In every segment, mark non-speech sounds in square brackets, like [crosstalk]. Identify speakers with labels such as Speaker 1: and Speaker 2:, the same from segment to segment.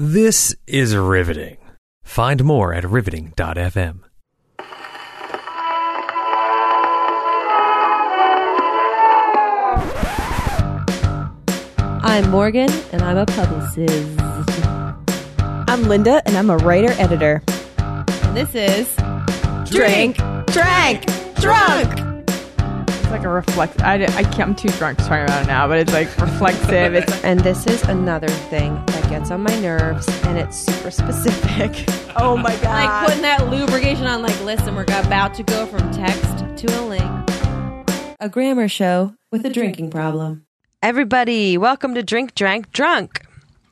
Speaker 1: This is riveting. Find more at riveting.fm.
Speaker 2: I'm Morgan, and I'm a publicist.
Speaker 3: I'm Linda, and I'm a writer editor.
Speaker 2: And this is
Speaker 3: Drink, drank, drunk.
Speaker 4: It's like a reflect. I, I can't, I'm too drunk to talk about it now, but it's like reflective. It's
Speaker 2: And this is another thing that gets on my nerves, and it's super [laughs] specific.
Speaker 3: Oh [laughs] my god!
Speaker 2: like putting that lubrication on, like, listen, we're about to go from text to a link. A grammar show with a drinking problem. Everybody, welcome to Drink, Drank, Drunk.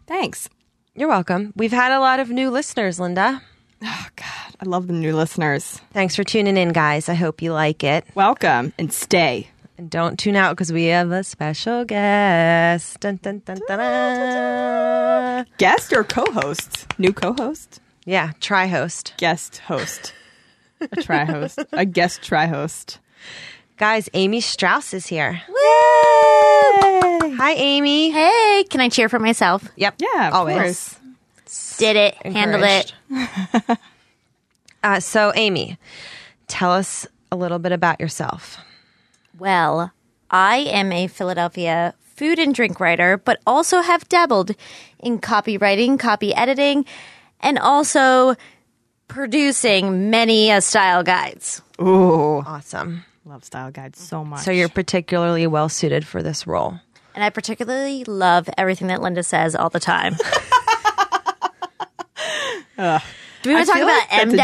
Speaker 3: Thanks.
Speaker 2: You're welcome. We've had a lot of new listeners, Linda.
Speaker 3: I love the new listeners.
Speaker 2: Thanks for tuning in, guys. I hope you like it.
Speaker 3: Welcome and stay.
Speaker 2: And don't tune out because we have a special guest. Dun, dun, dun, dun, dun.
Speaker 3: Guest or co-host? New co-host?
Speaker 2: Yeah, try host.
Speaker 3: Guest host? A try [laughs] host? a guest try host?
Speaker 2: Guys, Amy Strauss is here. Hi, Amy.
Speaker 5: Hey, can I cheer for myself?
Speaker 2: Yep.
Speaker 3: Yeah, of
Speaker 2: always.
Speaker 3: course.
Speaker 5: Did it, handled it.
Speaker 2: Encouraged. [laughs] uh, so, Amy, tell us a little bit about yourself.
Speaker 5: Well, I am a Philadelphia food and drink writer, but also have dabbled in copywriting, copy editing, and also producing many uh, style guides.
Speaker 3: Ooh,
Speaker 2: Awesome.
Speaker 3: love style guide so much.
Speaker 2: So, you're particularly well suited for this role.
Speaker 5: And I particularly love everything that Linda says all the
Speaker 3: [laughs]
Speaker 5: time. Do we want
Speaker 3: I
Speaker 5: to talk
Speaker 3: feel
Speaker 5: about
Speaker 3: like that's
Speaker 5: M
Speaker 3: a joke.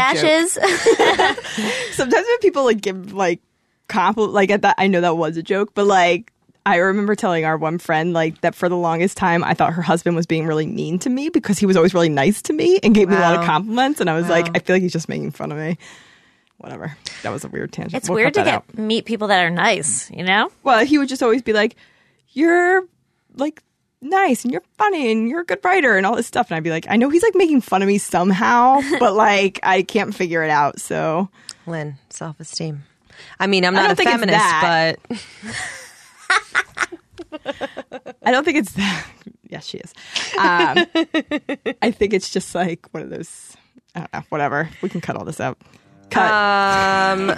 Speaker 5: dashes?
Speaker 3: sometimes when people like give like compliment like at that I know that was a joke, but like I remember telling our one friend like that for the longest time I thought her husband was being really mean to me because he was always really nice to me and gave me a lot of
Speaker 2: Wow.
Speaker 3: compliments and I was like I feel like he's just making fun of me. Whatever. That was a weird tangent.
Speaker 5: it's
Speaker 3: We'll
Speaker 5: weird to
Speaker 3: cut that
Speaker 5: get
Speaker 3: out.
Speaker 5: meet people that are nice, you know?
Speaker 3: Well, he would just always be like you're like nice and you're funny and you're a good writer and all this stuff and I'd be like I know he's like making fun of me
Speaker 5: [laughs]
Speaker 3: somehow, but like I can't figure it out. So
Speaker 2: Lynn, self esteem. I mean, I'm
Speaker 3: I
Speaker 2: not
Speaker 3: don't
Speaker 2: a
Speaker 3: think it's
Speaker 2: feminist,
Speaker 3: that.
Speaker 2: but
Speaker 3: I don't think it's [laughs] that. Yes, she is. Um, I think it's just like one of those. I don't know. Whatever. We can cut all this out. Cut.
Speaker 2: um,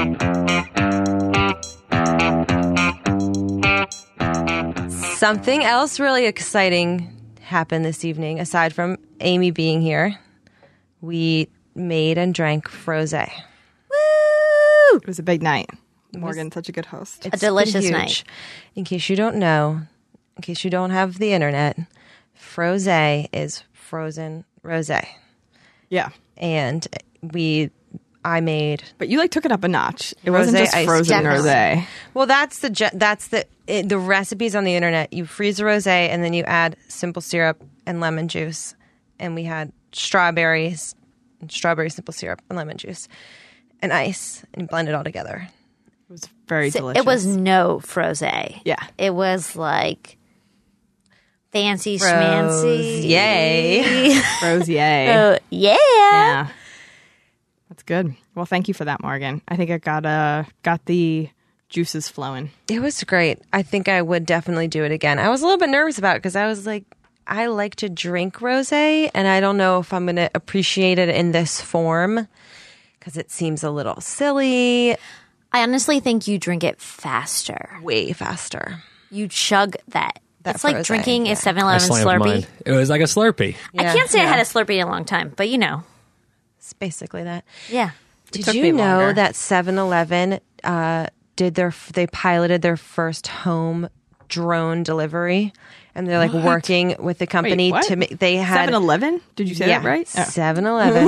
Speaker 2: um, something else really exciting happened this evening. Aside from Amy being here, we made and drank rosé.
Speaker 3: it was a big night. Morgan, such a good host.
Speaker 5: a delicious night.
Speaker 2: In case you don't know, in case you don't have the internet, frosé is frozen rosé,
Speaker 3: Yeah,
Speaker 2: and we. I made
Speaker 3: but you like took it up a notch. It wasn't
Speaker 2: Rosé
Speaker 3: just
Speaker 2: ice
Speaker 3: frozen
Speaker 5: cream.
Speaker 3: rosé.
Speaker 2: Well, that's the ge- that's the it, the recipes on the internet. You freeze the rosé and then you add simple syrup and lemon juice. And we had strawberries, and strawberry simple syrup and lemon juice, and ice, and you blend it all together.
Speaker 3: It was very delicious.
Speaker 5: It was no froze.
Speaker 3: Yeah.
Speaker 5: It was like fancy
Speaker 2: Rose,
Speaker 5: schmancy.
Speaker 2: yay!
Speaker 5: [laughs]
Speaker 3: rosé.
Speaker 5: Oh, yeah.
Speaker 3: yeah, that's good. Well, thank you for that, Morgan. I think I got uh got the juices flowing.
Speaker 2: It was great. I think I would definitely do it again. I was a little bit nervous about it because I was like, I like to drink rosé, and I don't know if I'm going to appreciate it in this form because it seems a little silly.
Speaker 5: I honestly think you drink it faster.
Speaker 2: Way faster.
Speaker 5: You chug that.
Speaker 2: That
Speaker 5: That's it's like
Speaker 2: Frosé,
Speaker 5: drinking
Speaker 2: yeah.
Speaker 5: a 7 Eleven
Speaker 6: slam of
Speaker 5: Slurpee.
Speaker 6: mine. It was like a Slurpee.
Speaker 2: Yeah,
Speaker 5: I can't say I
Speaker 2: yeah.
Speaker 5: had a Slurpee in a long time, but you know.
Speaker 2: It's basically that.
Speaker 5: Yeah.
Speaker 2: Did
Speaker 3: took
Speaker 2: you
Speaker 3: me
Speaker 2: know
Speaker 3: longer.
Speaker 2: that 7-Eleven uh, did their they piloted their first home drone delivery and they're like working with the company
Speaker 3: what?
Speaker 2: to make they had
Speaker 3: Seven Eleven. Did you say
Speaker 2: yeah,
Speaker 3: that right? Oh. [laughs]
Speaker 2: 7-Eleven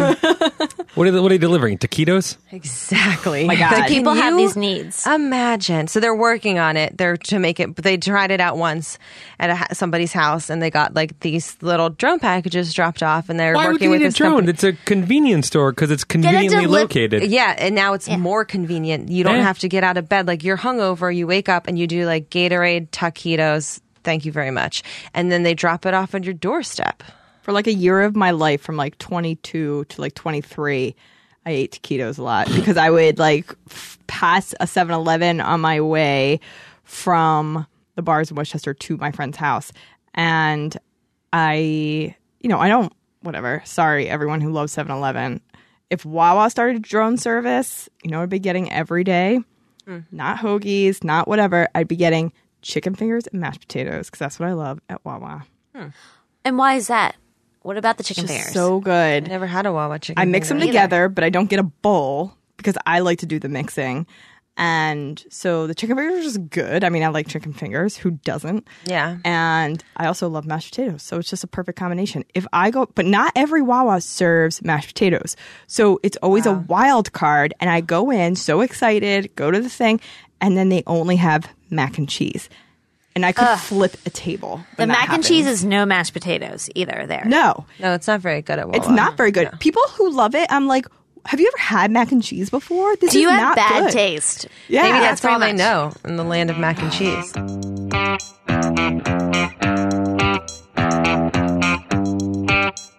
Speaker 6: What are, they, what are they delivering? Taquitos?
Speaker 2: exactly
Speaker 3: my God.
Speaker 2: Can
Speaker 5: People have
Speaker 2: you
Speaker 5: these needs.
Speaker 2: imagine so they're working on it they're to make it they tried it out once at a, ha- somebody's house and they got like these little drone packages dropped off and they're
Speaker 6: Why would
Speaker 2: working
Speaker 6: you
Speaker 2: with
Speaker 6: need a
Speaker 2: this
Speaker 6: drone?
Speaker 2: company.
Speaker 6: It's a convenience store because it's conveniently
Speaker 5: deli-
Speaker 6: located.
Speaker 2: Yeah, and now it's more convenient. You don't
Speaker 6: Yeah.
Speaker 2: have to get out of bed. Like you're hungover, you wake up and you do like Gatorade taquitos. Thank you very much. And then they drop it off on your doorstep.
Speaker 3: for like a year of my life from like 22 to like 23 i ate taquitos a lot because i would like f- pass a 7-eleven on my way from the bars in westchester to my friend's house and I, you know, I don't, whatever. Sorry, everyone who loves 7 Eleven. If Wawa started a drone service, you know, I'd be getting every day, not hoagies, not whatever. I'd be getting chicken fingers and mashed potatoes because that's what I love at Wawa.
Speaker 5: And why is that? What about the chicken
Speaker 3: Just
Speaker 5: fingers?
Speaker 3: so good.
Speaker 2: Never had a Wawa chicken.
Speaker 3: I mix them
Speaker 2: finger.
Speaker 3: together, but I don't get a bowl because I like to do the mixing. And so the chicken fingers are just good. I mean, I like chicken fingers. Who doesn't?
Speaker 2: Yeah.
Speaker 3: And I also love mashed potatoes. So it's just a perfect combination. If I go, but not every Wawa serves mashed potatoes. So it's always a wild card. And I go in so excited, go to the thing, and then they only have mac and cheese. And I could flip a table.
Speaker 5: the
Speaker 3: when that
Speaker 5: mac and
Speaker 3: happens.
Speaker 5: cheese is no mashed potatoes either. There,
Speaker 3: No.
Speaker 2: No, it's not very good at Wawa.
Speaker 3: It's not very good. People who love it, I'm like, have you ever had mac and cheese before? This
Speaker 5: do you
Speaker 3: is
Speaker 5: have
Speaker 3: not
Speaker 5: bad
Speaker 3: good."
Speaker 5: taste?
Speaker 3: Yeah,
Speaker 2: Maybe that's
Speaker 5: pretty
Speaker 2: all they
Speaker 5: much.
Speaker 2: know in the land of mac and cheese.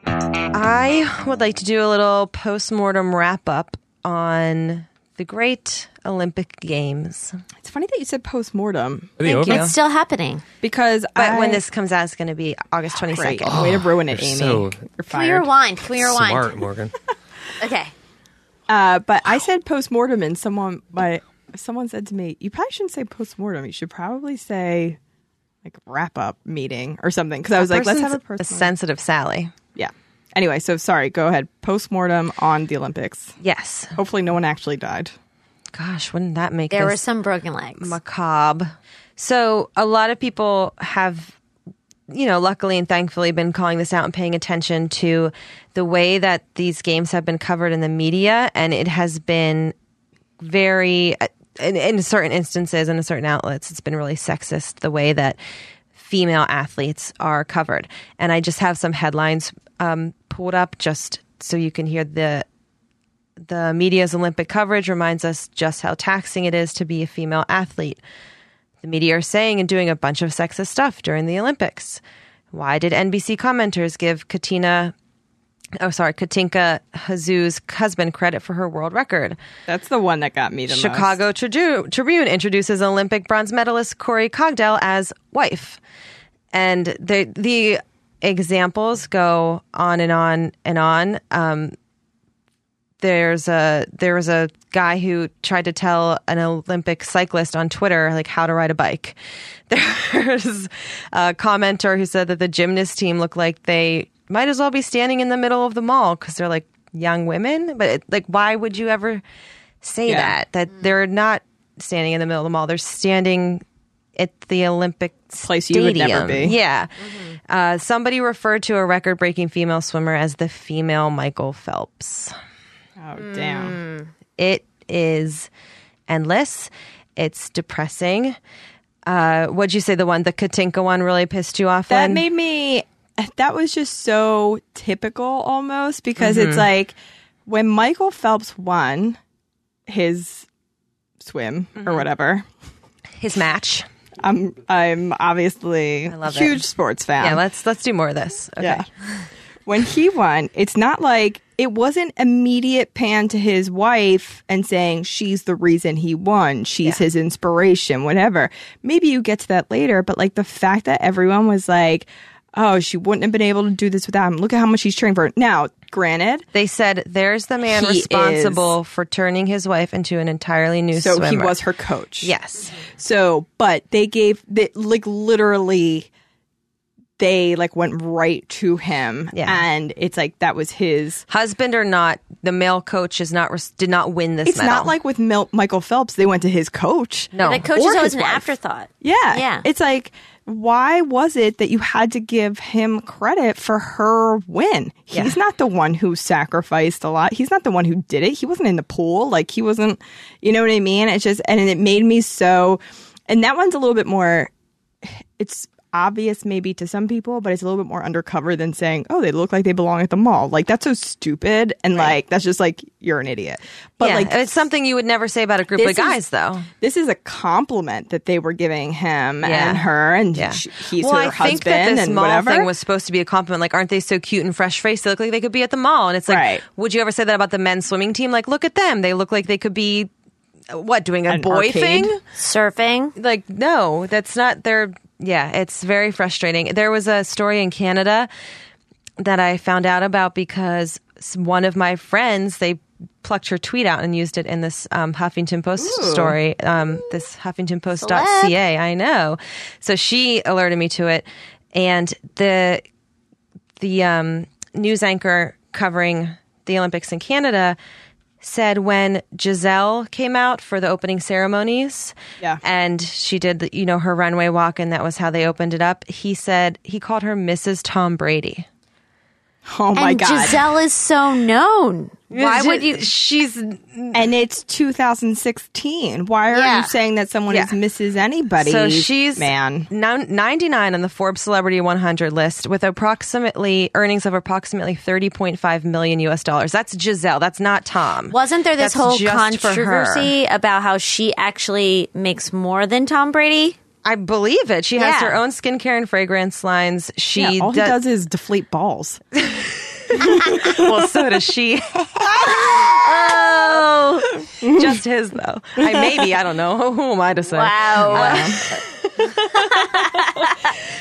Speaker 2: I would like to do a little post-mortem wrap-up on the great Olympic Games.
Speaker 3: It's funny that you said post mortem
Speaker 6: Are they
Speaker 2: Thank
Speaker 6: over?
Speaker 2: you.
Speaker 5: It's still happening.
Speaker 3: because
Speaker 2: But
Speaker 3: I-
Speaker 2: when this comes out, it's going to be August 22nd.
Speaker 3: Great. Oh, way to ruin it,
Speaker 6: you're
Speaker 3: Amy.
Speaker 6: so
Speaker 3: you're
Speaker 5: Can we
Speaker 3: fired.
Speaker 5: rewind? Can we rewind?
Speaker 6: Smart, Morgan.
Speaker 5: Okay.
Speaker 3: Uh, but I said post mortem, and someone but someone said to me, "You probably shouldn't say post mortem. You should probably say like wrap up meeting or something." Because I was like, "Let's have a
Speaker 2: Person's
Speaker 3: post
Speaker 2: sensitive Sally.
Speaker 3: yeah. Anyway, so sorry. Go ahead. Post mortem on the Olympics.
Speaker 2: Yes.
Speaker 3: Hopefully, no one actually died.
Speaker 2: Gosh, wouldn't that make
Speaker 5: There were
Speaker 2: this
Speaker 5: some broken legs.
Speaker 2: macabre? So a lot of people have you know, luckily and thankfully been calling this out and paying attention to the way that these games have been covered in the media. And it has been very, uh, in, in certain instances and in certain outlets, it's been really sexist the way that female athletes are covered. And I just have some headlines um, pulled up just so you can hear the. The media's Olympic coverage reminds us just how taxing it is to be a female athlete. The media are saying and doing a bunch of sexist stuff during the Olympics. Why did NBC commenters give Katina, oh, sorry, Katinka Hazu's husband credit for her world record?
Speaker 3: That's the one that got me the most.
Speaker 2: Chicago Tribune, Tribune introduces Olympic bronze medalist Corey Cogdell as wife, and the the examples go on and on and on. Um, there's a there was a guy who tried to tell an Olympic cyclist on Twitter like how to ride a bike. [laughs] There's a commenter who said that the gymnast team looked like they might as well be standing in the middle of the mall because they're like young women. But it, like, why would you ever say
Speaker 3: Yeah.
Speaker 2: that? That they're not standing in the middle of the mall. They're standing at the Olympic
Speaker 3: Place you would never
Speaker 2: stadium.
Speaker 3: be.
Speaker 2: Yeah. Uh, somebody referred to a record-breaking female swimmer as the female Michael Phelps.
Speaker 3: Oh damn.
Speaker 2: It is endless. It's depressing. Uh, what'd you say? The one, the Katinka one, really pissed you off.
Speaker 3: That
Speaker 2: Len?
Speaker 3: made me. That was just so typical, almost because
Speaker 2: Mm-hmm.
Speaker 3: it's like when Michael Phelps won his swim
Speaker 2: Mm-hmm.
Speaker 3: or whatever.
Speaker 2: his match.
Speaker 3: I'm I'm obviously a
Speaker 2: love it.
Speaker 3: huge sports fan.
Speaker 2: yeah, let's let's do more of this. Okay.
Speaker 3: Yeah. When he won, it's not like it wasn't immediate pan to his wife and saying she's the reason he won, she's his inspiration, whatever. Maybe you get to that later, but like the fact that everyone was like, "Oh, she wouldn't have been able to do this without him. Look at how much he's trained for." it." Now, granted,
Speaker 2: They said there's the man
Speaker 3: He
Speaker 2: responsible for turning his wife into an entirely new
Speaker 3: so he
Speaker 2: swimmer.
Speaker 3: was her coach.
Speaker 2: Yes.
Speaker 3: So, but they gave they, like literally they like went right to him
Speaker 2: Yeah.
Speaker 3: and it's like that was his
Speaker 2: Husband or not, the male coach is not res- did not win this
Speaker 3: It's
Speaker 2: medal.
Speaker 3: not like with Mil- Michael Phelps, they went to his coach.
Speaker 2: no.
Speaker 5: The coach
Speaker 3: Or
Speaker 5: is always
Speaker 3: his
Speaker 5: an
Speaker 3: wife.
Speaker 5: afterthought.
Speaker 3: Yeah.
Speaker 5: Yeah.
Speaker 3: It's like, why was it that you had to give him credit for her win? He's not the one who sacrificed a lot. He's not the one who did it. He wasn't in the pool. Like, he wasn't, you know what I mean? It's just, and it made me so, and that one's a little bit more, it's obvious maybe to some people, but it's a little bit more undercover than saying, oh, they look like they belong at the mall. Like, that's so stupid. And like, that's just like, you're an idiot. But
Speaker 2: yeah,
Speaker 3: like,
Speaker 2: it's something you would never say about a group
Speaker 3: This
Speaker 2: of
Speaker 3: is-
Speaker 2: guys, though.
Speaker 3: this is a compliment that they were giving him
Speaker 2: Yeah.
Speaker 3: and her, and
Speaker 2: Yeah.
Speaker 3: sh he's
Speaker 2: well,
Speaker 3: her
Speaker 2: I
Speaker 3: husband
Speaker 2: think that this
Speaker 3: and
Speaker 2: mall
Speaker 3: whatever.
Speaker 2: thing was supposed to be a compliment. Like, aren't they so cute and fresh faced? They look like they could be at the mall. And it's like,
Speaker 3: Right.
Speaker 2: would you ever say that about the men's swimming team? Like, look at them. They look like they could be uh, what doing a
Speaker 3: An
Speaker 2: boy
Speaker 3: arcade?
Speaker 2: thing?
Speaker 5: Surfing.
Speaker 2: Like, no, that's not their yeah, it's very frustrating. There was a story in Canada that I found out about because s- one of my friends they plucked her tweet out and used it in this um, Huffington Post story. Um, this HuffingtonPost.ca. I know. So she alerted me to it, and the the um, news anchor covering the Olympics in Canada said when Giselle came out for the opening ceremonies
Speaker 3: Yeah.
Speaker 2: and she did the, you know her runway walk and that was how they opened it up he said he called her Mrs. Tom Brady
Speaker 3: Oh my
Speaker 5: and
Speaker 3: god.
Speaker 5: Giselle is so known. Why would you?
Speaker 2: she's
Speaker 3: and it's 2016. Why are
Speaker 5: Yeah.
Speaker 3: you saying that someone is Mrs. Anybody?
Speaker 2: so she's
Speaker 3: man.
Speaker 2: nin- 99 on the Forbes Celebrity 100 list with approximately earnings of approximately 30.5 million US dollars that's Giselle that's not Tom
Speaker 5: Wasn't there this
Speaker 2: That's
Speaker 5: whole
Speaker 2: just for her.
Speaker 5: controversy about how she actually makes more than Tom Brady?
Speaker 2: I believe it. She has
Speaker 5: Yeah.
Speaker 2: her own skincare and fragrance lines. She
Speaker 3: Yeah, all he
Speaker 2: do-
Speaker 3: does is deflate balls.
Speaker 2: well, so does
Speaker 3: [laughs]
Speaker 2: she. oh, just his though. I maybe I don't know. [laughs] Who am I to say?
Speaker 5: Wow.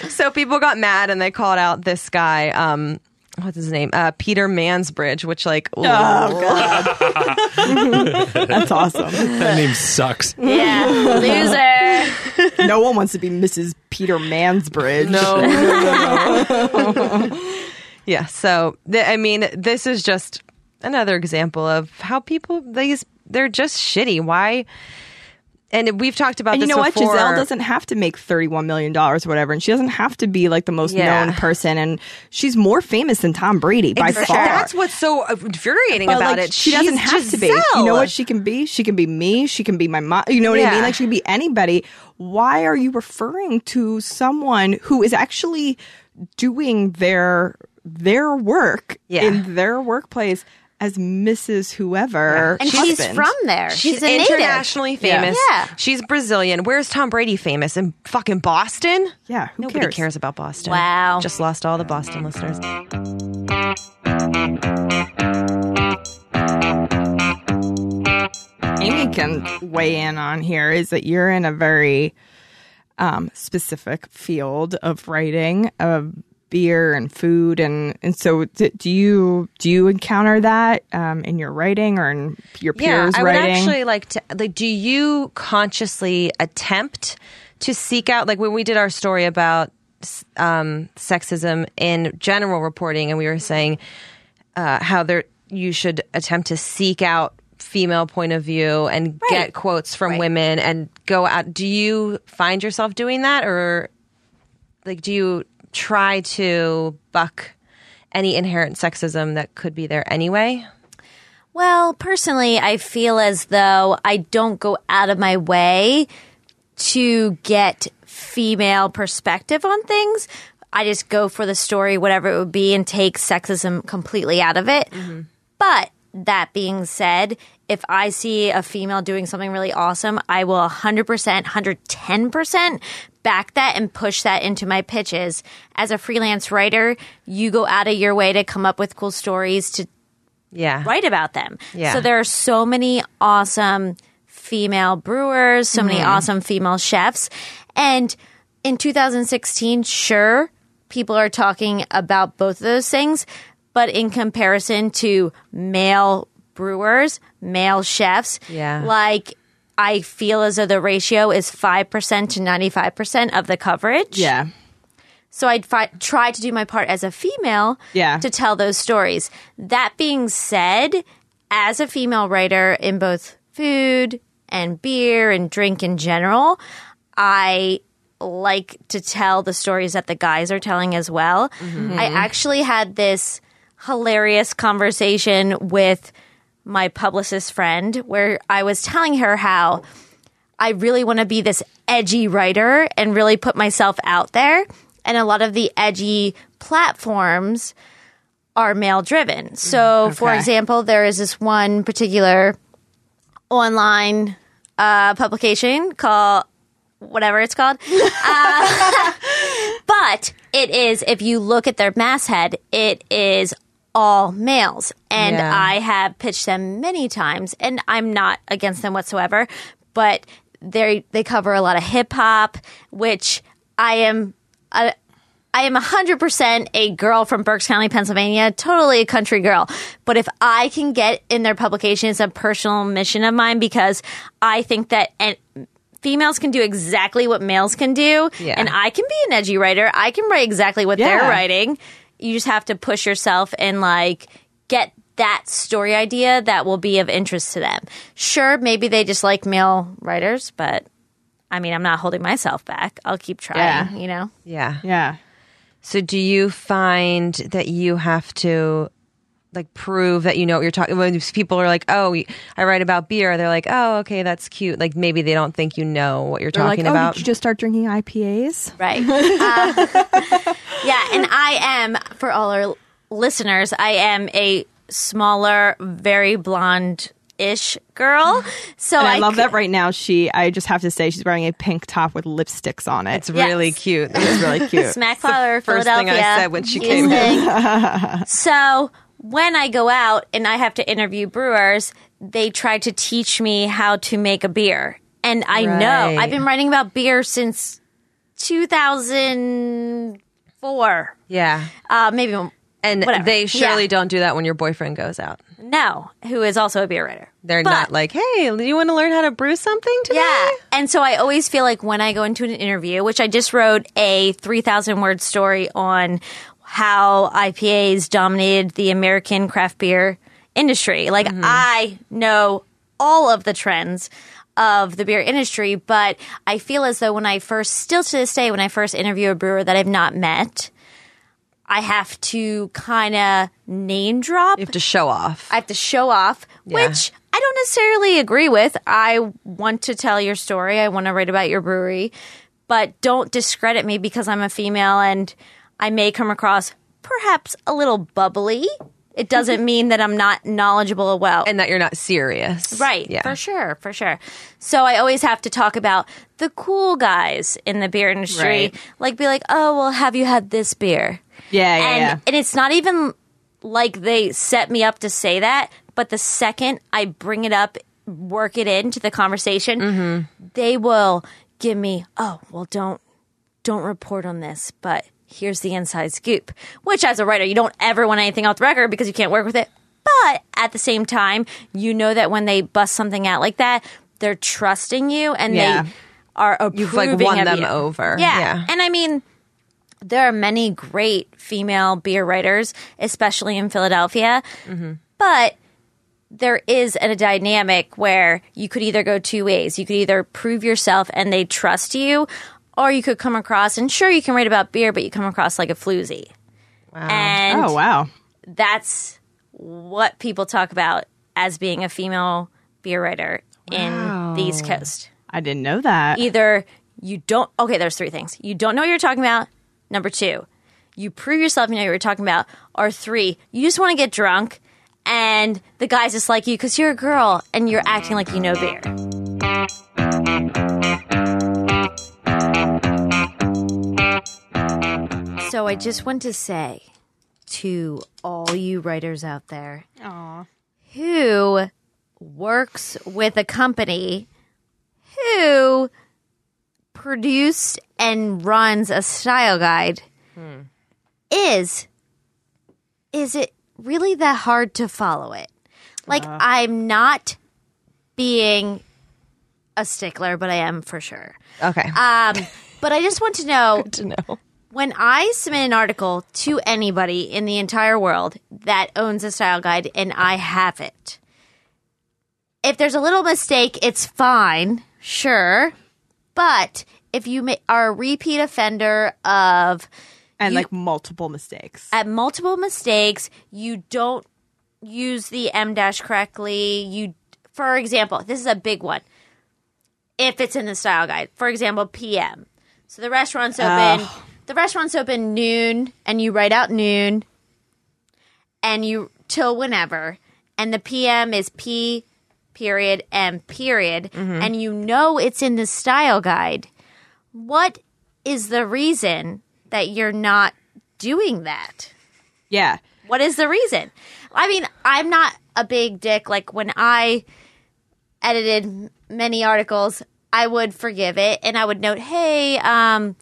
Speaker 2: So people got mad and they called out this guy. Um, what's his name? Uh, Peter Mansbridge. Which like,
Speaker 3: Oh, That's
Speaker 2: [laughs]
Speaker 3: awesome.
Speaker 6: That name sucks.
Speaker 5: Uh, yeah. Loser.
Speaker 3: no one wants to be Mrs. Peter Mansbridge. [laughs]
Speaker 2: no, no, no, no. [laughs] yeah. So th- I mean, this is just another example of how people these they're just shitty. Why? And we've talked about
Speaker 3: And you
Speaker 2: this
Speaker 3: know what?
Speaker 2: before.
Speaker 3: Giselle doesn't have to make $31 million or whatever. And she doesn't have to be like the most
Speaker 2: Yeah.
Speaker 3: known person. And she's more famous than Tom Brady by
Speaker 2: Exa-
Speaker 3: far.
Speaker 2: That's what's so uh, infuriating
Speaker 3: But,
Speaker 2: about
Speaker 3: like,
Speaker 2: it.
Speaker 3: She
Speaker 2: She's
Speaker 3: doesn't have to be. You
Speaker 2: Giselle.
Speaker 3: know what she can be? She can be me. She can be my mom. You know what I
Speaker 2: Yeah.
Speaker 3: mean? Like she can be anybody. Why are you referring to someone who is actually doing their their work
Speaker 2: Yeah.
Speaker 3: in their workplace as Mrs. Whoever?
Speaker 5: And she's
Speaker 3: husband?
Speaker 5: from there. She's,
Speaker 2: She's
Speaker 5: a native.
Speaker 2: internationally famous.
Speaker 5: Yeah.
Speaker 2: She's Brazilian. Where's Tom Brady famous? In fucking Boston?
Speaker 3: Yeah, who
Speaker 2: Nobody
Speaker 3: cares?
Speaker 2: about Boston.
Speaker 5: Wow.
Speaker 2: Just lost all the Boston listeners. Um,
Speaker 3: Amy can weigh in on here is that you're in a very um, specific field of writing of beer and food and and so d- do you do you encounter that um, in your writing or in your
Speaker 2: Yeah,
Speaker 3: peers
Speaker 2: I would
Speaker 3: writing?
Speaker 2: actually like to. Like, do you consciously attempt to seek out, like when we did our story about s- um, sexism in general reporting, and we were saying uh, how there you should attempt to seek out female point of view and get quotes from women and go out. Do you find yourself doing that, or like do you try to buck? Any inherent sexism that could be there anyway.
Speaker 5: Well, personally, I feel as though I don't go out of my way to get female perspective on things. I just go for the story, whatever it would be, and take sexism completely out of it. But that being said, if I see a female doing something really awesome, I will 100%, 110% back that and push that into my pitches. As a freelance writer, you go out of your way to come up with cool stories, to
Speaker 2: Yeah.
Speaker 5: write about them.
Speaker 2: Yeah.
Speaker 5: So there are so many awesome female brewers, so
Speaker 2: Mm-hmm.
Speaker 5: many awesome female chefs. And in 2016, sure, people are talking about both of those things, but in comparison to male brewers, male chefs,
Speaker 2: Yeah.
Speaker 5: like I feel as though the ratio is 5% to 95% of the coverage.
Speaker 3: yeah.
Speaker 5: So I'd fi- try to do my part as a female
Speaker 3: Yeah.
Speaker 5: to tell those stories. That being said, as a female writer in both food and beer and drink in general, I like to tell the stories that the guys are telling as well. I actually had this hilarious conversation with my publicist friend where I was telling her how I really want to be this edgy writer and really put myself out there. And a lot of the edgy platforms are male driven. So, for example, there is this one particular online uh, publication called whatever it's called. Uh, [laughs] but it is, if you look at their masthead, it is all males. And
Speaker 2: Yeah.
Speaker 5: I have pitched them many times, and I'm not against them whatsoever, but they they cover a lot of hip hop, which I am a, I am 100% a girl from Berks County, Pennsylvania, totally a country girl. But if I can get in their publication, it's a personal mission of mine because I think that and females can do exactly what males can do.
Speaker 2: Yeah.
Speaker 5: And I can be an edgy writer. I can write exactly what they're
Speaker 3: Yeah.
Speaker 5: writing. You just have to push yourself and like get that story idea that will be of interest to them. Sure, maybe they just like male writers, but I mean, I'm not holding myself back. I'll keep trying,
Speaker 3: Yeah.
Speaker 5: you know?
Speaker 2: Yeah.
Speaker 3: Yeah.
Speaker 2: So do you find that you have to like prove that you know what you're talking when these people are like, "Oh, I write about beer." They're like, "Oh, okay, that's cute." Like maybe they don't think you know what you're
Speaker 3: They're
Speaker 2: talking
Speaker 3: like, oh,
Speaker 2: about.
Speaker 3: did you just start drinking IPAs?
Speaker 2: [laughs]
Speaker 5: Right. Uh, yeah, and I am for all our listeners, I am a smaller, very blonde-ish girl. So
Speaker 3: And I, love
Speaker 5: c-
Speaker 3: that right now. She, I just have to say, she's wearing a pink top with lipsticks on it.
Speaker 2: it's really
Speaker 5: Yes. [laughs]
Speaker 2: cute. It's really cute.
Speaker 5: Smack Flower,
Speaker 2: first
Speaker 5: Philadelphia.
Speaker 2: thing I said when she came [laughs]
Speaker 5: in. so when I go out and I have to interview brewers, they try to teach me how to make a beer. And I
Speaker 2: Right.
Speaker 5: know I've been writing about beer since 2004.
Speaker 2: [laughs] yeah.
Speaker 5: Uh, maybe
Speaker 2: And
Speaker 5: Whatever.
Speaker 2: they
Speaker 5: Yeah.
Speaker 2: surely don't do that when your boyfriend goes out.
Speaker 5: No, who is also a beer writer.
Speaker 2: They're
Speaker 5: But-
Speaker 2: not like, "Hey, do you want to learn how to brew something today?"
Speaker 5: Yeah. And so I always feel like when I go into an interview, which I just wrote a 3,000 word story on how IPAs dominated the American craft beer industry. Like, I know all of the trends of the beer industry, but I feel as though when I first, still to this day, when I first interview a brewer that I've not met, I have to kind of name drop.
Speaker 2: You have to show off.
Speaker 5: I have to show off, which I don't necessarily agree with. I want to tell your story. I want to write about your brewery, but don't discredit me because I'm a female and I may come across perhaps a little bubbly.
Speaker 2: [laughs]
Speaker 5: It doesn't mean that I'm not knowledgeable about
Speaker 2: and that you're not serious.
Speaker 5: Right.
Speaker 2: Yeah.
Speaker 5: For sure. For sure. So I always have to talk about the cool guys in the beer industry.
Speaker 2: Right.
Speaker 5: Like, be like, oh, well, have you had this beer?
Speaker 3: Yeah, yeah,
Speaker 5: and,
Speaker 3: yeah.
Speaker 5: and it's not even like they set me up to say that, but the second I bring it up, work it into the conversation, they will give me, oh, well, don't don't report on this, but here's the inside scoop. Which, as a writer, you don't ever want anything off the record because you can't work with it. But at the same time, you know that when they bust something out like that, they're trusting you and
Speaker 3: Yeah.
Speaker 5: they are approving
Speaker 2: You've, like, won
Speaker 5: of
Speaker 2: them
Speaker 5: you.
Speaker 2: over.
Speaker 5: Yeah.
Speaker 2: Yeah.
Speaker 5: and I mean. There are many great female beer writers, especially in Philadelphia, but there is a dynamic where you could either go two ways. You could either prove yourself and they trust you, or you could come across and sure you can write about beer, but you come across like a floozy. And
Speaker 3: oh wow.
Speaker 5: that's what people talk about as being a female beer writer in the East Coast.
Speaker 3: I didn't know that.
Speaker 5: Either you don't okay, there's three things. You don't know what you're talking about. Number two, you prove yourself you know what you're talking about. Or three, you just want to get drunk and the guys just like you because you're a girl and you're acting like you know beer. So I just want to say to all you writers out there who works with a company who produced and runs a style guide is is it really that hard to follow it like i'm not being a stickler but i am for sure
Speaker 2: Okay.
Speaker 5: um but i just want to know
Speaker 2: to know.
Speaker 5: when I submit an article to anybody in the entire world that owns a style guide and I have it, if there's a little mistake, it's fine, sure. But if you ma- are a repeat offender of
Speaker 3: and like multiple mistakes.
Speaker 5: at multiple mistakes, you don't use the M dash correctly. You, for example, this is a big one. If it's in the style guide, for example, PM. So the restaurant's open. The restaurant's open noon, and you write out noon, and you till whenever, and the PM is P period M period, and you know it's in the style guide. What is the reason that you're not doing that?
Speaker 3: yeah.
Speaker 5: What is the reason? I mean, I'm not a big dick. Like when I edited m- many articles, I would forgive it and I would note, hey, um,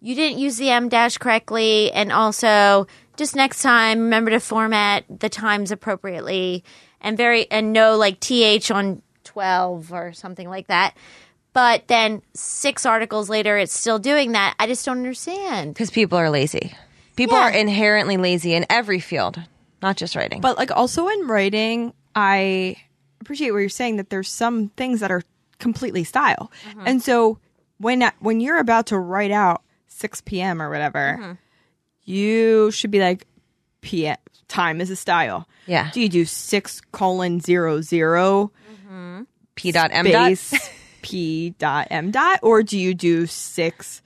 Speaker 5: you didn't use the M dash correctly, and also just next time remember to format the times appropriately and very and no like th on 12 or something like that. But then six articles later, it's still doing that. I just don't understand.
Speaker 2: because people are lazy. People
Speaker 5: Yeah.
Speaker 2: are inherently lazy in every field, not just writing.
Speaker 3: But like also in writing, I appreciate what you're saying that there's some things that are completely style. And so when when you're about to write out 6 p.m. or whatever, you should be like p.m. time is a style.
Speaker 2: Yeah.
Speaker 3: Do you do 6 colon zero zero
Speaker 2: P dot M dot.
Speaker 3: base p dot m dot or do you do 6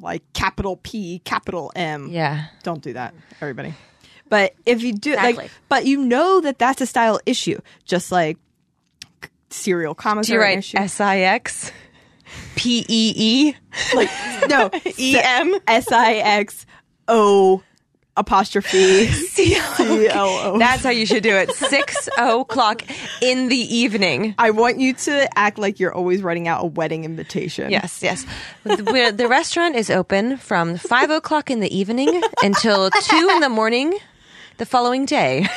Speaker 3: like capital P capital M?
Speaker 2: Yeah.
Speaker 3: don't do
Speaker 2: Mm.
Speaker 3: that everybody but if you do
Speaker 5: Exactly.
Speaker 3: like but you know that that's a style issue just like c- serial commas
Speaker 2: Do you
Speaker 3: are an
Speaker 2: write
Speaker 3: issue.
Speaker 2: S I X P E E?
Speaker 3: like [laughs]
Speaker 2: [laughs]
Speaker 3: no
Speaker 2: E M?
Speaker 3: s-i-x o
Speaker 2: [laughs]
Speaker 3: apostrophe c-o-o
Speaker 2: That's how you should do it.
Speaker 3: [laughs]
Speaker 2: Six o'clock in the evening.
Speaker 3: i want you to act like you're always writing out a wedding invitation
Speaker 2: Yes, yes. We're, the restaurant is open from five o'clock in the evening until two in the morning the following day.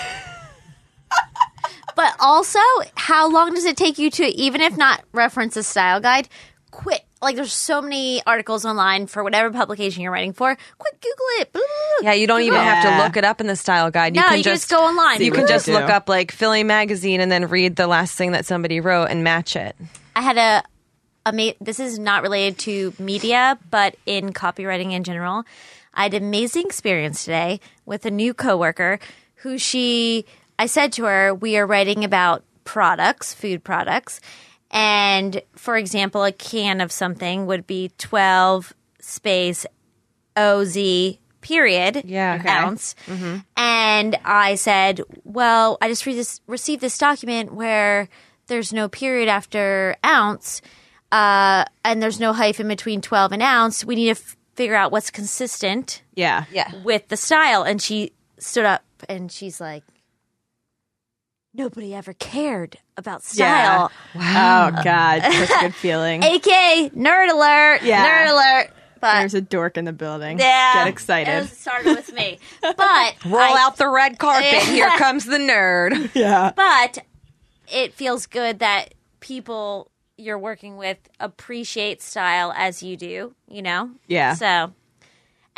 Speaker 5: But also, how long does it take you to, even if not reference a style guide, quit? Like, there's so many articles online for whatever publication you're writing for. Quick, Google it. Blah, blah, blah.
Speaker 2: Yeah, you don't even have to
Speaker 3: Yeah.
Speaker 2: look it up in the style guide.
Speaker 5: No, you can just go online.
Speaker 2: You
Speaker 5: See
Speaker 2: can
Speaker 5: what
Speaker 2: just
Speaker 3: they
Speaker 2: look
Speaker 3: do.
Speaker 2: up like Philly magazine and then read the last thing that somebody wrote and match it.
Speaker 5: I had a, a ma- this is not related to media, but in copywriting in general. I had an amazing experience today with a new coworker who she, I said to her, we are writing about products, food products. And for example, a can of something would be 12 space OZ period
Speaker 2: Yeah. Okay. Mm-hmm.
Speaker 5: ounce. And I said, well, I just re- this, received this document where there's no period after ounce uh, and there's no hyphen between 12 and ounce. We need to f- figure out what's consistent
Speaker 3: yeah
Speaker 2: Yeah.
Speaker 5: with the style. And she stood up and she's like, nobody ever cared about style.
Speaker 3: oh god such
Speaker 2: [laughs]
Speaker 3: a good feeling
Speaker 5: AK, nerd alert,
Speaker 3: Yeah.
Speaker 5: nerd alert.
Speaker 2: uh,
Speaker 5: But
Speaker 3: there's a dork in the building
Speaker 5: yeah,
Speaker 3: get
Speaker 5: It
Speaker 3: excited
Speaker 5: was- started with me, but
Speaker 2: [laughs] Roll
Speaker 5: I-
Speaker 2: out the red carpet. [laughs] Here comes the nerd.
Speaker 3: yeah
Speaker 5: But it feels good that people you're working with appreciate style as you do. You know.
Speaker 3: Yeah.
Speaker 5: So.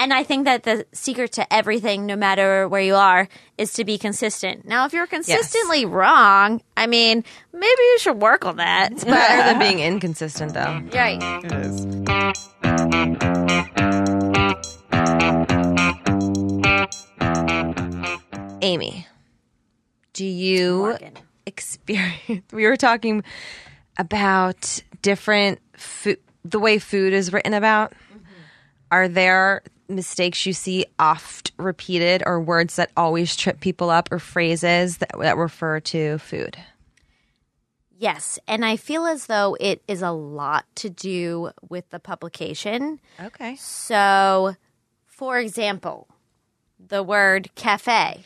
Speaker 5: And I think that the secret to everything, no matter where you are, is to be consistent. Now, if you're consistently wrong, I mean, maybe you should work on that.
Speaker 2: It's better [laughs] than being inconsistent, though.
Speaker 5: Right.
Speaker 3: it is
Speaker 2: Amy, do you
Speaker 5: Morgan.
Speaker 2: experience? [laughs] We were talking about different food, the way food is written about. Are there mistakes you see oft repeated, or words that always trip people up, or phrases that, that refer to food?
Speaker 5: Yes. And I feel as though it is a lot to do with the publication.
Speaker 2: Okay.
Speaker 5: So, for example, the word cafe.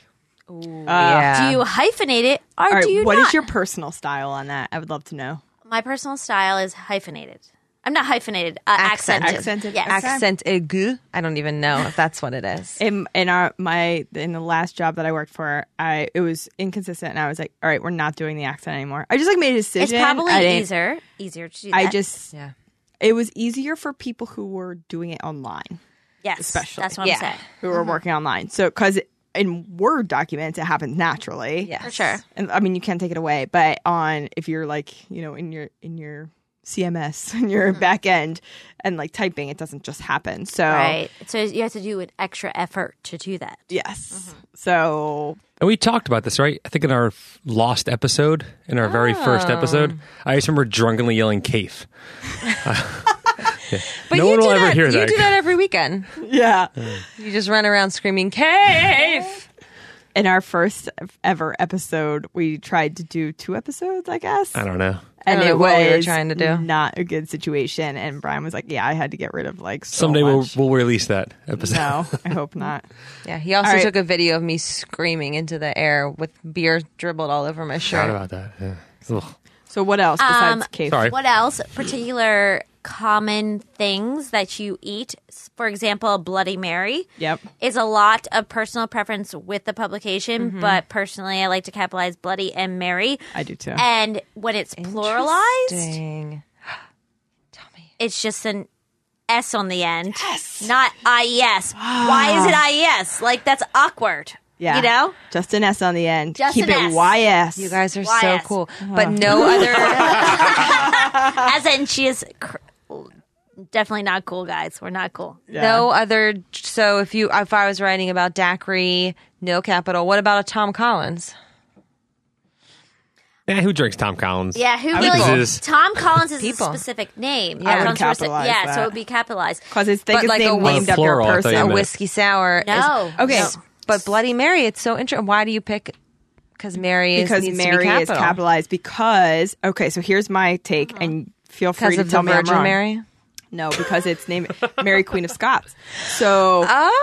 Speaker 2: yeah.
Speaker 5: Do you hyphenate it
Speaker 3: Uh,
Speaker 5: or
Speaker 3: all
Speaker 5: do
Speaker 3: right
Speaker 5: you
Speaker 3: what
Speaker 5: not?
Speaker 3: is your personal style on that i would love to know
Speaker 5: My personal style is hyphenated. I'm not hyphenated. Uh, accented.
Speaker 3: Accented.
Speaker 5: Yes.
Speaker 3: Accent.
Speaker 2: accent aigu? I don't even know if that's what it is.
Speaker 3: in in our my in the last job that I worked for, I it was inconsistent, and I was like, "All right, we're not doing the accent anymore." I just like made a decision.
Speaker 5: It's probably
Speaker 3: I didn't-
Speaker 5: easier. Easier to do that.
Speaker 3: I just
Speaker 2: Yeah.
Speaker 3: it was easier for people who were doing it online,
Speaker 5: yes.
Speaker 3: especially.
Speaker 5: That's what
Speaker 2: Yeah.
Speaker 5: I'm saying.
Speaker 3: who were working online. So because in Word documents it happens naturally,
Speaker 2: Yes. For
Speaker 5: sure.
Speaker 3: And I mean you can't take it away, but on if you're like you know in your in your CMS [laughs] in
Speaker 5: Mm-hmm.
Speaker 3: your back end and like typing, it doesn't just happen. So
Speaker 5: Right. So you have to do an extra effort to do that.
Speaker 3: yes,
Speaker 5: Mm-hmm.
Speaker 3: so
Speaker 6: And we talked about this, right? I think in our f- lost episode, in our very first
Speaker 2: Oh.
Speaker 6: episode, I just remember drunkenly yelling "cafe." [laughs]
Speaker 2: But
Speaker 6: No
Speaker 2: you
Speaker 6: one
Speaker 2: do
Speaker 6: will
Speaker 2: that.
Speaker 6: ever hear
Speaker 2: you
Speaker 6: that.
Speaker 2: do that every weekend.
Speaker 3: yeah.
Speaker 2: You just run around screaming, [laughs] "Cave!"
Speaker 3: in our first ever episode, we tried to do two episodes, I guess.
Speaker 6: I don't know.
Speaker 3: and
Speaker 2: I don't
Speaker 3: it
Speaker 2: know what we
Speaker 3: was
Speaker 2: were trying to do.
Speaker 3: not a good situation. And Brian was like, "Yeah, I had to get rid of like so
Speaker 6: Someday we'll
Speaker 3: much."
Speaker 6: we'll release that episode.
Speaker 3: No, I hope not.
Speaker 2: Yeah, he also
Speaker 3: All right.
Speaker 2: took a video of me screaming into the air with beer dribbled all over
Speaker 6: [laughs]
Speaker 2: my
Speaker 6: Forgot
Speaker 2: shirt.
Speaker 6: about that. Yeah. Ugh.
Speaker 3: So what else besides
Speaker 5: Um,
Speaker 3: Cape?
Speaker 6: Sorry.
Speaker 5: What else? Particular common things that you eat. S- For example, Bloody Mary
Speaker 3: Yep.
Speaker 5: is a lot of personal preference with the publication, but personally, I like to capitalize Bloody and Mary.
Speaker 3: Mm-hmm. I do too.
Speaker 5: And when it's pluralized,
Speaker 2: Interesting.
Speaker 5: it's just an S on the end, not IES. Why is it IES? Like, that's awkward.
Speaker 3: Ah. Yeah.
Speaker 5: You know?
Speaker 3: Just an S on the end.
Speaker 5: Just
Speaker 3: Keep
Speaker 5: an
Speaker 3: it
Speaker 5: S.
Speaker 3: YS.
Speaker 2: You guys are so
Speaker 5: Wyatt.
Speaker 2: cool. But no
Speaker 3: [laughs]
Speaker 2: other.
Speaker 5: As in, she is cr- definitely not cool, guys. We're not cool.
Speaker 2: No other. So if you, if I was writing about Daiquiri, no capital. What about a Tom Collins?
Speaker 6: Eh, who drinks Tom Collins?
Speaker 5: Yeah, who
Speaker 6: think
Speaker 5: really?
Speaker 6: this is-
Speaker 5: Tom Collins is
Speaker 2: People.
Speaker 5: a specific name.
Speaker 2: I would
Speaker 5: Comes from a se-
Speaker 3: capitalize
Speaker 5: yeah,
Speaker 3: that.
Speaker 5: so it would be capitalized.
Speaker 3: Because it's, think
Speaker 2: But
Speaker 3: it's
Speaker 2: like
Speaker 3: name-
Speaker 2: a
Speaker 3: named
Speaker 6: Oh,
Speaker 3: after
Speaker 6: plural, I
Speaker 3: a
Speaker 6: thought
Speaker 3: person.
Speaker 6: you
Speaker 2: A
Speaker 6: meant-
Speaker 2: whiskey sour.
Speaker 5: No.
Speaker 2: Is,
Speaker 3: Okay.
Speaker 5: No.
Speaker 2: But Bloody Mary, it's so interesting. Why do you pick? Because Mary is
Speaker 3: because
Speaker 2: needs to be
Speaker 3: Mary is
Speaker 2: capital. Uh-huh.
Speaker 3: capitalized because okay, so here's my take and feel free
Speaker 2: Because
Speaker 3: to
Speaker 2: of the
Speaker 3: tell me I'm
Speaker 2: Virgin
Speaker 3: wrong.
Speaker 2: Mary.
Speaker 3: No, because it's named Mary Queen of Scots. So
Speaker 2: Oh,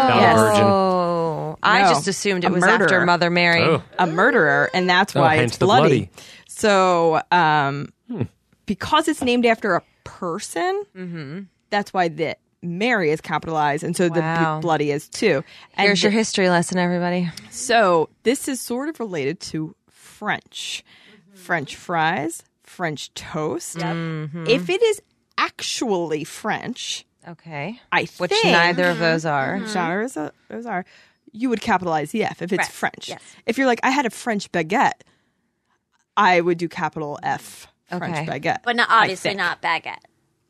Speaker 6: Not a Yes. virgin.
Speaker 2: I
Speaker 3: No.
Speaker 2: just assumed it
Speaker 3: A
Speaker 2: was after
Speaker 3: murderer.
Speaker 2: Mother Mary.
Speaker 6: Oh.
Speaker 3: a murderer and that's
Speaker 6: Oh,
Speaker 3: why
Speaker 6: hence
Speaker 3: it's
Speaker 6: the
Speaker 3: bloody.
Speaker 6: bloody. Hmm.
Speaker 3: So um because it's named after a person,
Speaker 2: Mm-hmm.
Speaker 3: that's why the Mary is capitalized and so
Speaker 2: Wow.
Speaker 3: the b- bloody is too. And
Speaker 2: Here's your
Speaker 3: th-
Speaker 2: history lesson, everybody.
Speaker 3: so this is sort of related to French.
Speaker 2: Mm-hmm.
Speaker 3: French fries, French toast.
Speaker 2: Mm-hmm.
Speaker 3: If it is actually French,
Speaker 2: Okay.
Speaker 3: I
Speaker 2: Which
Speaker 3: think
Speaker 2: neither of those are.
Speaker 3: genres are- those are, you would capitalize the F if it's
Speaker 5: Mm-hmm. Right.
Speaker 3: French.
Speaker 5: Yes.
Speaker 3: If you're like, I had a French baguette, I would do capital F French
Speaker 2: Okay.
Speaker 3: baguette.
Speaker 5: But not,
Speaker 3: I
Speaker 5: obviously
Speaker 3: think.
Speaker 5: not baguette.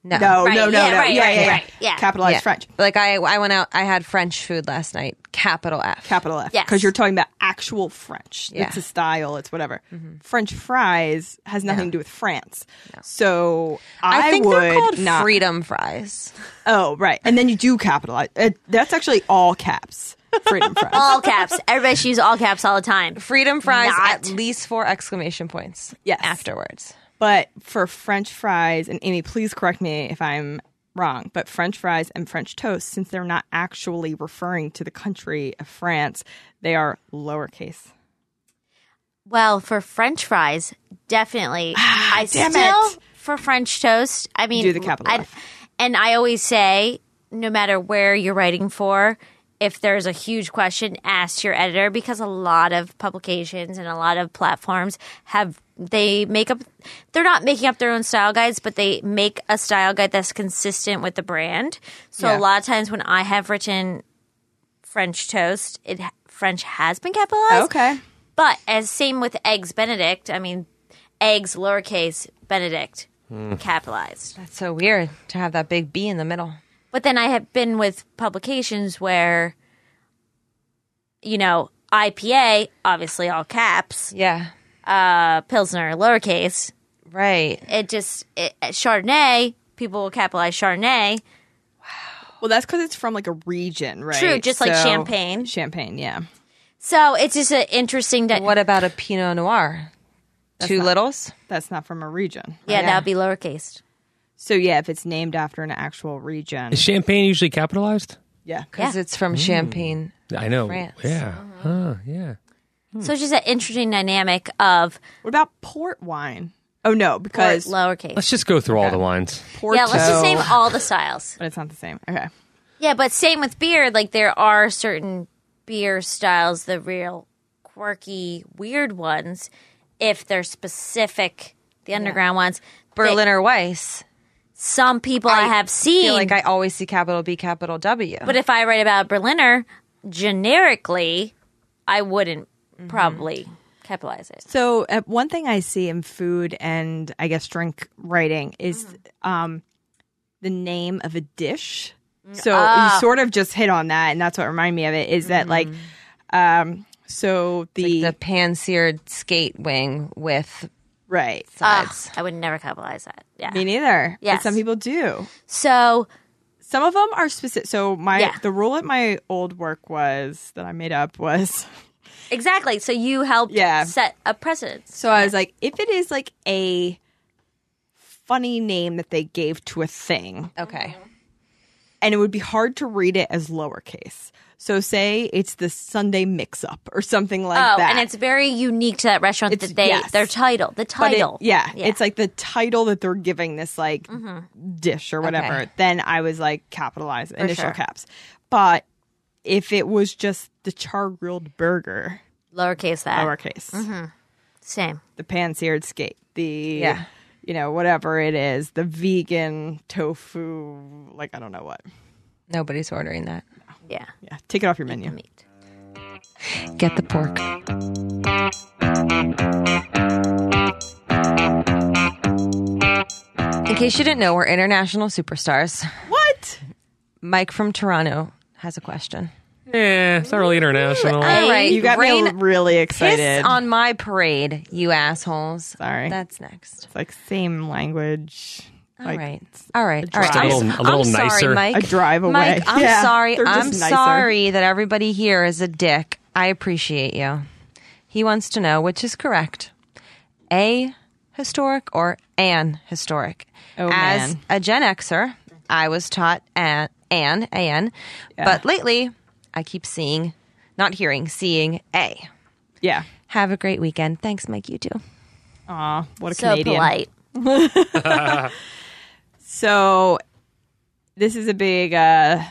Speaker 2: No.
Speaker 3: No,
Speaker 5: Right,
Speaker 3: no, no,
Speaker 5: yeah,
Speaker 3: no.
Speaker 5: right,
Speaker 3: yeah,
Speaker 5: right,
Speaker 3: yeah, yeah.
Speaker 5: right, yeah.
Speaker 3: Capitalized
Speaker 2: Yeah.
Speaker 3: French.
Speaker 2: Like I, I went out. I had French food last night. Capital F.
Speaker 3: Capital F.
Speaker 5: Yes.
Speaker 3: Because you're talking about actual French.
Speaker 2: Yeah. Mm-hmm.
Speaker 3: It's a style, it's whatever. French fries has nothing to do with France. So I,
Speaker 2: I think
Speaker 3: would
Speaker 2: they're called
Speaker 3: not.
Speaker 2: freedom fries.
Speaker 3: Oh, right. And then you do capitalize. Uh, that's actually all caps. Freedom
Speaker 5: [laughs]
Speaker 3: fries.
Speaker 5: All caps. Everybody should use all caps all the time.
Speaker 2: Freedom fries
Speaker 5: Not.
Speaker 2: at least four exclamation points.
Speaker 3: Yes.
Speaker 2: Afterwards.
Speaker 3: But for French fries, and Amy, please correct me if I'm wrong, but French fries and French toast, since they're not actually referring to the country of France, they are lowercase.
Speaker 5: Well, for French fries,
Speaker 3: [sighs]
Speaker 5: definitely. I
Speaker 3: Ah, damn
Speaker 5: still
Speaker 3: it.
Speaker 5: for French toast. I mean,
Speaker 3: Do the capital
Speaker 5: I-
Speaker 3: F.
Speaker 5: and I always say, no matter where you're writing for, if there's a huge question, ask your editor because a lot of publications and a lot of platforms have they make up. They're not making up their own style guides, but they make a style guide that's consistent with the brand. So
Speaker 3: Yeah.
Speaker 5: a lot of times when I have written French toast, it French has been capitalized.
Speaker 3: Okay.
Speaker 5: But as same with eggs Benedict, I mean, eggs lowercase Benedict capitalized.
Speaker 2: That's so weird to have that big B in the middle.
Speaker 5: But then I have been with publications where, you know, IPA obviously all caps,
Speaker 2: Yeah.
Speaker 5: uh, Pilsner lowercase.
Speaker 2: Right.
Speaker 5: It just it, uh, Chardonnay people will capitalize Chardonnay.
Speaker 3: Well, that's because it's from like a region, right?
Speaker 5: True, just like champagne.
Speaker 3: Champagne, yeah.
Speaker 5: So it's just an interesting. Di-
Speaker 2: What about a Pinot Noir? Two littles?
Speaker 3: That's not from a region.
Speaker 5: yeah, that would be lowercase.
Speaker 3: So, yeah, if it's named after an actual region.
Speaker 6: Is champagne usually capitalized?
Speaker 3: Yeah.
Speaker 2: Because
Speaker 5: Yeah.
Speaker 2: it's from Champagne.
Speaker 6: I know.
Speaker 2: France.
Speaker 6: Yeah.
Speaker 5: Uh-huh.
Speaker 6: Huh, yeah.
Speaker 5: So it's just an interesting dynamic of
Speaker 3: What about port wine? Oh, no,
Speaker 5: or
Speaker 3: because
Speaker 5: lowercase.
Speaker 6: Let's just go through all the wines.
Speaker 3: port.
Speaker 5: yeah, let's just name all the styles.
Speaker 3: But it's not the same. Okay.
Speaker 5: Yeah, but same with beer. Like there are certain beer styles, the real quirky, weird ones, if they're specific, the underground ones.
Speaker 2: Berliner Weiss.
Speaker 5: Some people I, have
Speaker 2: I
Speaker 5: seen,
Speaker 2: feel like I always see capital B, capital W.
Speaker 5: but if I write about Berliner generically, I wouldn't
Speaker 3: Mm-hmm.
Speaker 5: probably capitalize it.
Speaker 3: So uh, one thing I see in food and I guess drink writing is
Speaker 5: Mm.
Speaker 3: um, the name of a dish.
Speaker 5: Mm.
Speaker 3: So
Speaker 5: Ah.
Speaker 3: you sort of just hit on that, and that's what reminded me of it. Is that like,
Speaker 5: Mm.
Speaker 3: um, so the,
Speaker 2: the pan seared skate wing with
Speaker 3: right?
Speaker 5: Ugh,
Speaker 2: sides.
Speaker 5: I would never capitalize that. Yeah.
Speaker 3: Me neither.
Speaker 5: Yes.
Speaker 3: But some people do.
Speaker 5: So
Speaker 3: Some of them are specific. So my
Speaker 5: Yeah.
Speaker 3: the rule at my old work was that I made up was [laughs]
Speaker 5: exactly. So you helped
Speaker 3: Yeah.
Speaker 5: set a precedence.
Speaker 3: So I was like, if it is like a funny name that they gave to a thing,
Speaker 2: Okay.
Speaker 3: and it would be hard to read it as lowercase. So say it's the Sunday mix up or something like
Speaker 5: oh,
Speaker 3: that.
Speaker 5: and it's very unique to that restaurant
Speaker 3: It's-
Speaker 5: that they
Speaker 3: yes.
Speaker 5: their title, the
Speaker 3: But it-
Speaker 5: title.
Speaker 3: yeah, it's like the title that they're giving this like dish or whatever.
Speaker 5: Okay.
Speaker 3: Then I was like capitalized initial
Speaker 5: sure.
Speaker 3: caps. But if it was just the char grilled burger,
Speaker 5: lowercase that
Speaker 3: lowercase,
Speaker 5: same.
Speaker 3: the pan seared skate, the
Speaker 2: Yeah.
Speaker 3: you know whatever it is, the vegan tofu, like I don't know what.
Speaker 2: Nobody's ordering that.
Speaker 5: Yeah,
Speaker 3: Yeah, take it off your menu.
Speaker 5: meat.
Speaker 2: Get the pork. In case you didn't know, we're international superstars.
Speaker 3: What?
Speaker 2: Mike from Toronto has a question.
Speaker 6: Yeah, Eh, it's not really international.
Speaker 2: All right,
Speaker 3: You got me
Speaker 2: rain
Speaker 3: really excited.
Speaker 2: piss on my parade, you assholes.
Speaker 3: Sorry.
Speaker 2: That's next.
Speaker 3: It's like same language.
Speaker 2: All
Speaker 3: like,
Speaker 2: right. All right. All
Speaker 6: Just
Speaker 2: right.
Speaker 6: a
Speaker 2: I'm-
Speaker 6: little- a little
Speaker 2: I'm
Speaker 6: nicer.
Speaker 2: Sorry, Mike.
Speaker 3: A drive away.
Speaker 2: Mike,
Speaker 3: [laughs]
Speaker 2: I'm
Speaker 3: Yeah,
Speaker 2: sorry.
Speaker 3: they're just
Speaker 2: I'm
Speaker 3: nicer.
Speaker 2: sorry that everybody here is a dick. I appreciate you. He wants to know which is correct. A historic or an historic.
Speaker 3: Oh,
Speaker 2: As
Speaker 3: man.
Speaker 2: a Gen Xer, I was taught an an an, but lately I keep seeing not hearing, seeing a.
Speaker 3: Yeah.
Speaker 2: Have a great weekend. Thanks, Mike. You too.
Speaker 3: Aw, what a
Speaker 5: So
Speaker 3: Canadian.
Speaker 5: polite.
Speaker 3: So this is a big uh,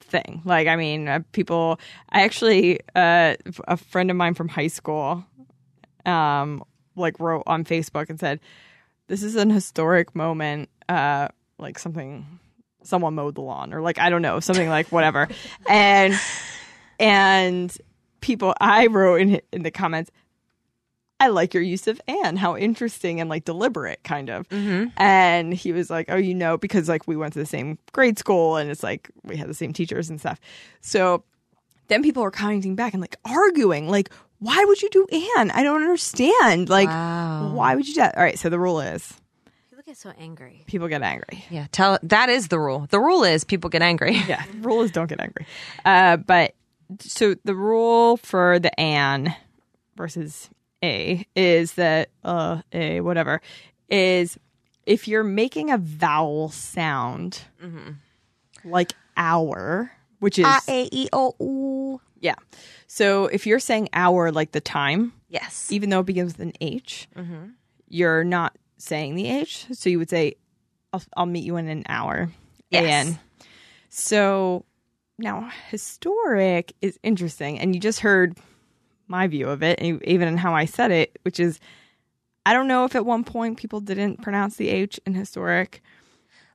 Speaker 3: thing. Like, I mean, uh, people. I actually, uh, f- a friend of mine from high school, um, like wrote on Facebook and said, "This is an historic moment." Uh, like something, someone mowed the lawn, or like I don't know, something like whatever, and and people. I wrote in in the comments. I like your use of "and." How interesting and like deliberate, kind of. And he was like, "Oh, you know, because like we went to the same grade school, and it's like we had the same teachers and stuff." So then people were commenting back and like arguing, like, "Why would you do "and"? I don't understand. Like, why would you do that?" All right. So the rule is
Speaker 5: People get so angry.
Speaker 3: people get angry.
Speaker 2: Yeah, tell that is the rule. The rule is people get angry.
Speaker 3: Yeah, the rule is don't get angry. Uh, but so the rule for the an versus a is that uh a whatever is if you're making a vowel sound like our, which is
Speaker 2: [laughs] A E O U.
Speaker 3: yeah. So if you're saying our like the time,
Speaker 2: Yes.
Speaker 3: even though it begins with an H,
Speaker 2: Mm-hmm.
Speaker 3: you're not saying the H. So you would say, I'll, I'll meet you in an hour.
Speaker 2: Yes.
Speaker 3: AN. So now historic is interesting. And you just heard my view of it, and even in how I said it, which is I don't know if at one point people didn't pronounce the H in historic.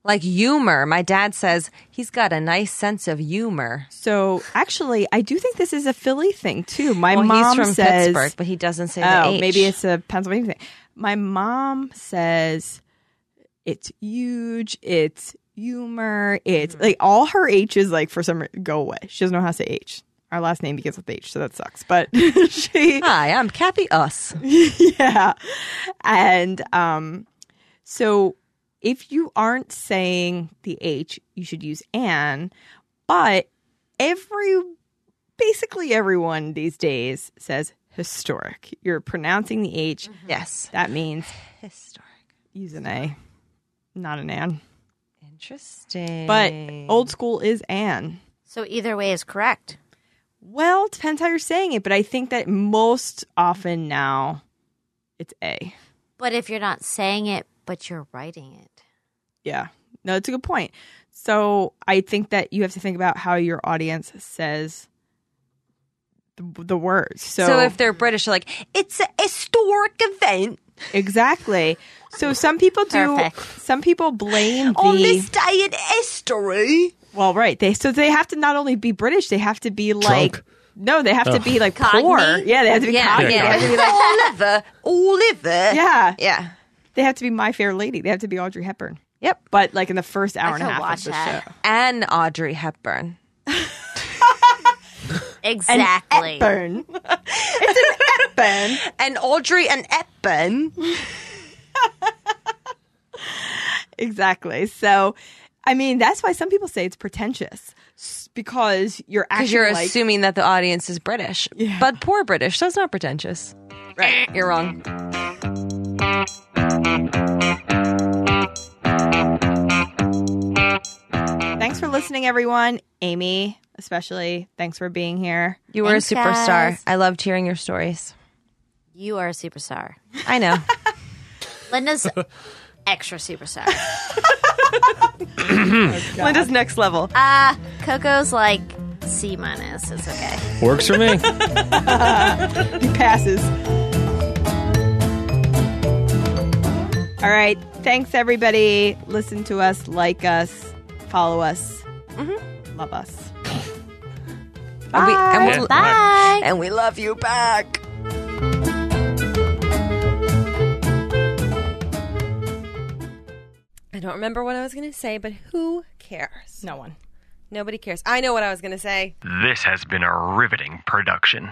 Speaker 2: like humor. My dad says he's got a nice sense of humor.
Speaker 3: So actually, I do think this is a Philly thing too. My
Speaker 2: well,
Speaker 3: mom
Speaker 2: he's from
Speaker 3: says,
Speaker 2: Pittsburgh, but he doesn't say the
Speaker 3: Oh,
Speaker 2: H.
Speaker 3: maybe it's a Pennsylvania thing. My mom says it's huge. It's humor. It's
Speaker 2: Mm-hmm.
Speaker 3: like all her H's like for some re- go away. She doesn't know how to say H. Our last name begins with H, so that sucks. But [laughs] she,
Speaker 2: Hi, I'm Kathy Us.
Speaker 3: [laughs] yeah, and um, so if you aren't saying the H, you should use an. But every basically everyone these days says historic. You're pronouncing the
Speaker 2: Mm-hmm.
Speaker 3: H.
Speaker 2: Yes.
Speaker 3: That means
Speaker 2: Historic.
Speaker 3: use an A, not an an.
Speaker 2: Interesting.
Speaker 3: But old school is an.
Speaker 5: So either way is correct.
Speaker 3: Well, depends how you're saying it, but I think that most often now it's A.
Speaker 5: But if you're not saying it, but you're writing it,
Speaker 3: Yeah. No, that's a good point. So I think that you have to think about how your audience says the, the words. So,
Speaker 2: so, if they're British, they're like, it's a historic event
Speaker 3: exactly. So some people do.
Speaker 5: Perfect.
Speaker 3: Some people blame the.
Speaker 2: on Oh, this day in history.
Speaker 3: Well, right. They so they have to not only be British, they have to be like
Speaker 6: Drunk.
Speaker 3: no, they have to be like poor.
Speaker 5: Cockney?
Speaker 3: Yeah, they have to be
Speaker 5: Yeah.
Speaker 3: cockney.
Speaker 6: Yeah,
Speaker 3: They have to be
Speaker 2: [laughs]
Speaker 3: like
Speaker 2: Oliver. Oliver.
Speaker 3: yeah,
Speaker 2: Yeah.
Speaker 3: they have to be My Fair Lady. They have to be Audrey Hepburn.
Speaker 2: Yep.
Speaker 3: But like in the first hour and a
Speaker 5: could
Speaker 3: half
Speaker 5: watch
Speaker 3: of the
Speaker 5: that.
Speaker 3: show,
Speaker 2: And Audrey Hepburn.
Speaker 5: exactly.
Speaker 3: Burn. [laughs] it's an Hepburn.
Speaker 2: And Audrey and Hepburn.
Speaker 3: Exactly. So, I mean, that's why some people say it's pretentious s- because you're
Speaker 2: Because
Speaker 3: acting
Speaker 2: you're
Speaker 3: like
Speaker 2: assuming that the audience is British. But poor British, so it's not pretentious. Right. You're wrong.
Speaker 3: Thanks for listening, everyone. Amy, especially. Thanks for being here.
Speaker 2: You were a
Speaker 5: Thanks,
Speaker 2: superstar.
Speaker 5: guys.
Speaker 2: I loved hearing your stories.
Speaker 5: You are a superstar.
Speaker 2: I know.
Speaker 5: [laughs] Linda's [laughs] extra superstar.
Speaker 2: Linda's next level.
Speaker 5: Uh, Coco's like C minus. It's okay.
Speaker 6: Works for
Speaker 5: [laughs]
Speaker 6: me.
Speaker 3: He passes. All right. Thanks, everybody. Listen to us, like us, follow us, love us.
Speaker 2: And we, and, we,
Speaker 5: Bye.
Speaker 2: and we love you back. I don't remember what I was going to say, but who cares?
Speaker 3: No one.
Speaker 2: Nobody cares. I know what I was going to say.
Speaker 1: This has been a riveting production.